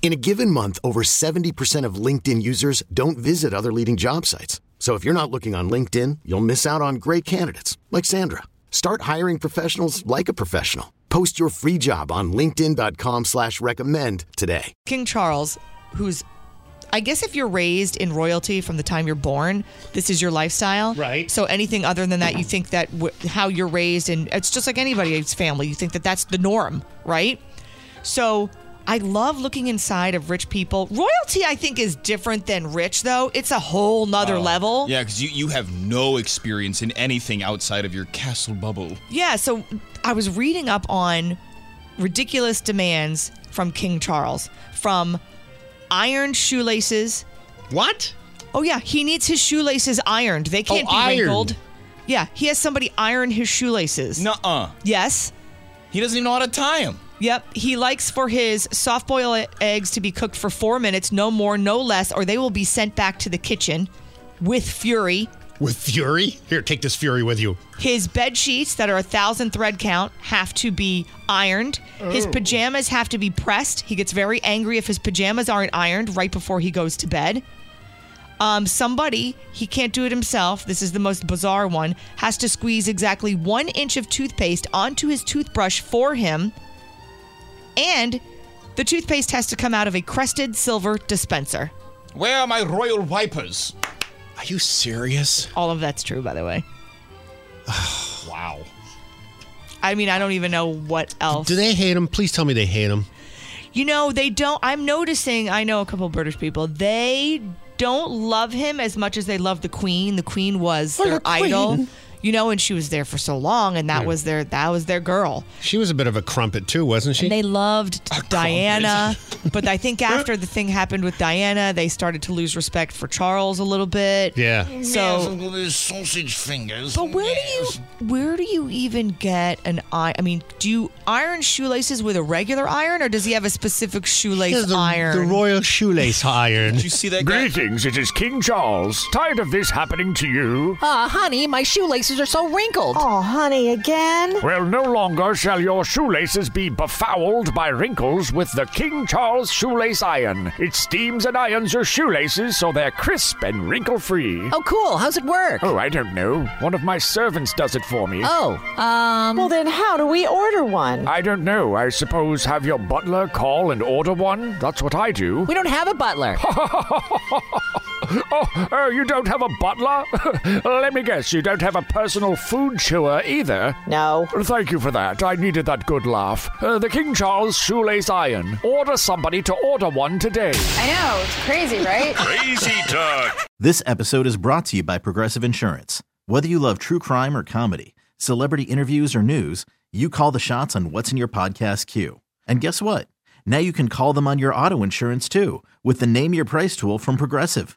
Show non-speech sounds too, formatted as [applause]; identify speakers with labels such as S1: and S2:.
S1: In a given month, over 70% of LinkedIn users don't visit other leading job sites. So if you're not looking on LinkedIn, you'll miss out on great candidates like Sandra. Start hiring professionals like a professional. Post your free job on linkedin.com slash recommend today.
S2: King Charles, who's, I guess, if you're raised in royalty from the time you're born, this is your lifestyle.
S3: Right.
S2: So anything other than that, you think that w- how you're raised, and it's just like anybody's family, you think that that's the norm, right? So I love looking inside of rich people. Royalty, I think, is different than rich, though. It's a whole nother level.
S3: Oh, Yeah, because you, you have no experience in anything outside of your castle bubble.
S2: Yeah, so I was reading up on ridiculous demands from King Charles, from iron shoelaces.
S3: What?
S2: Oh yeah, he needs his shoelaces ironed. They can't
S3: Oh,
S2: be
S3: ironed.
S2: wrinkled. Yeah, he has somebody iron his shoelaces.
S3: Nuh-uh.
S2: Yes.
S3: He doesn't even know how to tie him.
S2: Yep. He likes for his soft boiled eggs to be cooked for four minutes, no more, no less, or they will be sent back to the kitchen with fury.
S4: With Fury? Here, take this Fury with you.
S2: His bed sheets that are a thousand thread count have to be ironed. His
S4: Oh.
S2: pajamas have to be pressed. He gets very angry if his pajamas aren't ironed right before he goes to bed. Um, somebody, he can't do it himself. This is the most bizarre one, has to squeeze exactly one inch of toothpaste onto his toothbrush for him. And the toothpaste has to come out of a crested silver dispenser.
S3: Where are my royal wipers? Are you serious?
S2: All of that's true, by the way.
S3: Wow.
S2: I mean, I don't even know what else.
S4: Do they hate him? Please tell me they hate him.
S2: You know, they don't. I'm noticing, I know a couple of British people, they don't love him as much as they love the Queen. The Queen was their idol. You know, and she was there for so long, and that was their that was their girl.
S4: She was a bit of a crumpet too, wasn't she?
S2: And they loved Diana, but I think after the thing happened with Diana, they started to lose respect for Charles a little bit.
S4: yeah.
S2: So,
S3: sausage fingers.
S2: but where do you where do you even get an iron? I mean, do you iron shoelaces with a regular iron, or does he have a specific shoelace
S4: Yeah, the,
S2: iron?
S4: the royal shoelace iron.
S3: Did you see that guy?
S5: Greetings, it is King Charles. Tired of this happening to you?
S6: Ah, honey, my shoelaces are so wrinkled.
S7: Oh, honey, again?
S5: Well, no longer shall your shoelaces be befouled by wrinkles with the King Charles shoelace iron. It steams and irons your shoelaces so they're crisp and wrinkle free.
S6: Oh, cool. How's it work?
S5: Oh, I don't know. One of my servants does it for me.
S6: Oh, um,
S7: Well, then how do we order one?
S5: I don't know. I suppose have your butler call and order one? That's what I do.
S6: we don't have a butler.
S5: [laughs] Oh, oh, you don't have a butler? [laughs] Let me guess, you don't have a personal food chewer either.
S7: No.
S5: Thank you for that. I needed that good laugh. Uh, the King Charles shoelace iron. Order somebody to order one today.
S8: I know, it's crazy, right?
S9: This episode is brought to you by Progressive Insurance. Whether you love true crime or comedy, celebrity interviews or news, you call the shots on what's in your podcast queue. And guess what? Now you can call them on your auto insurance too with the Name Your Price tool from Progressive.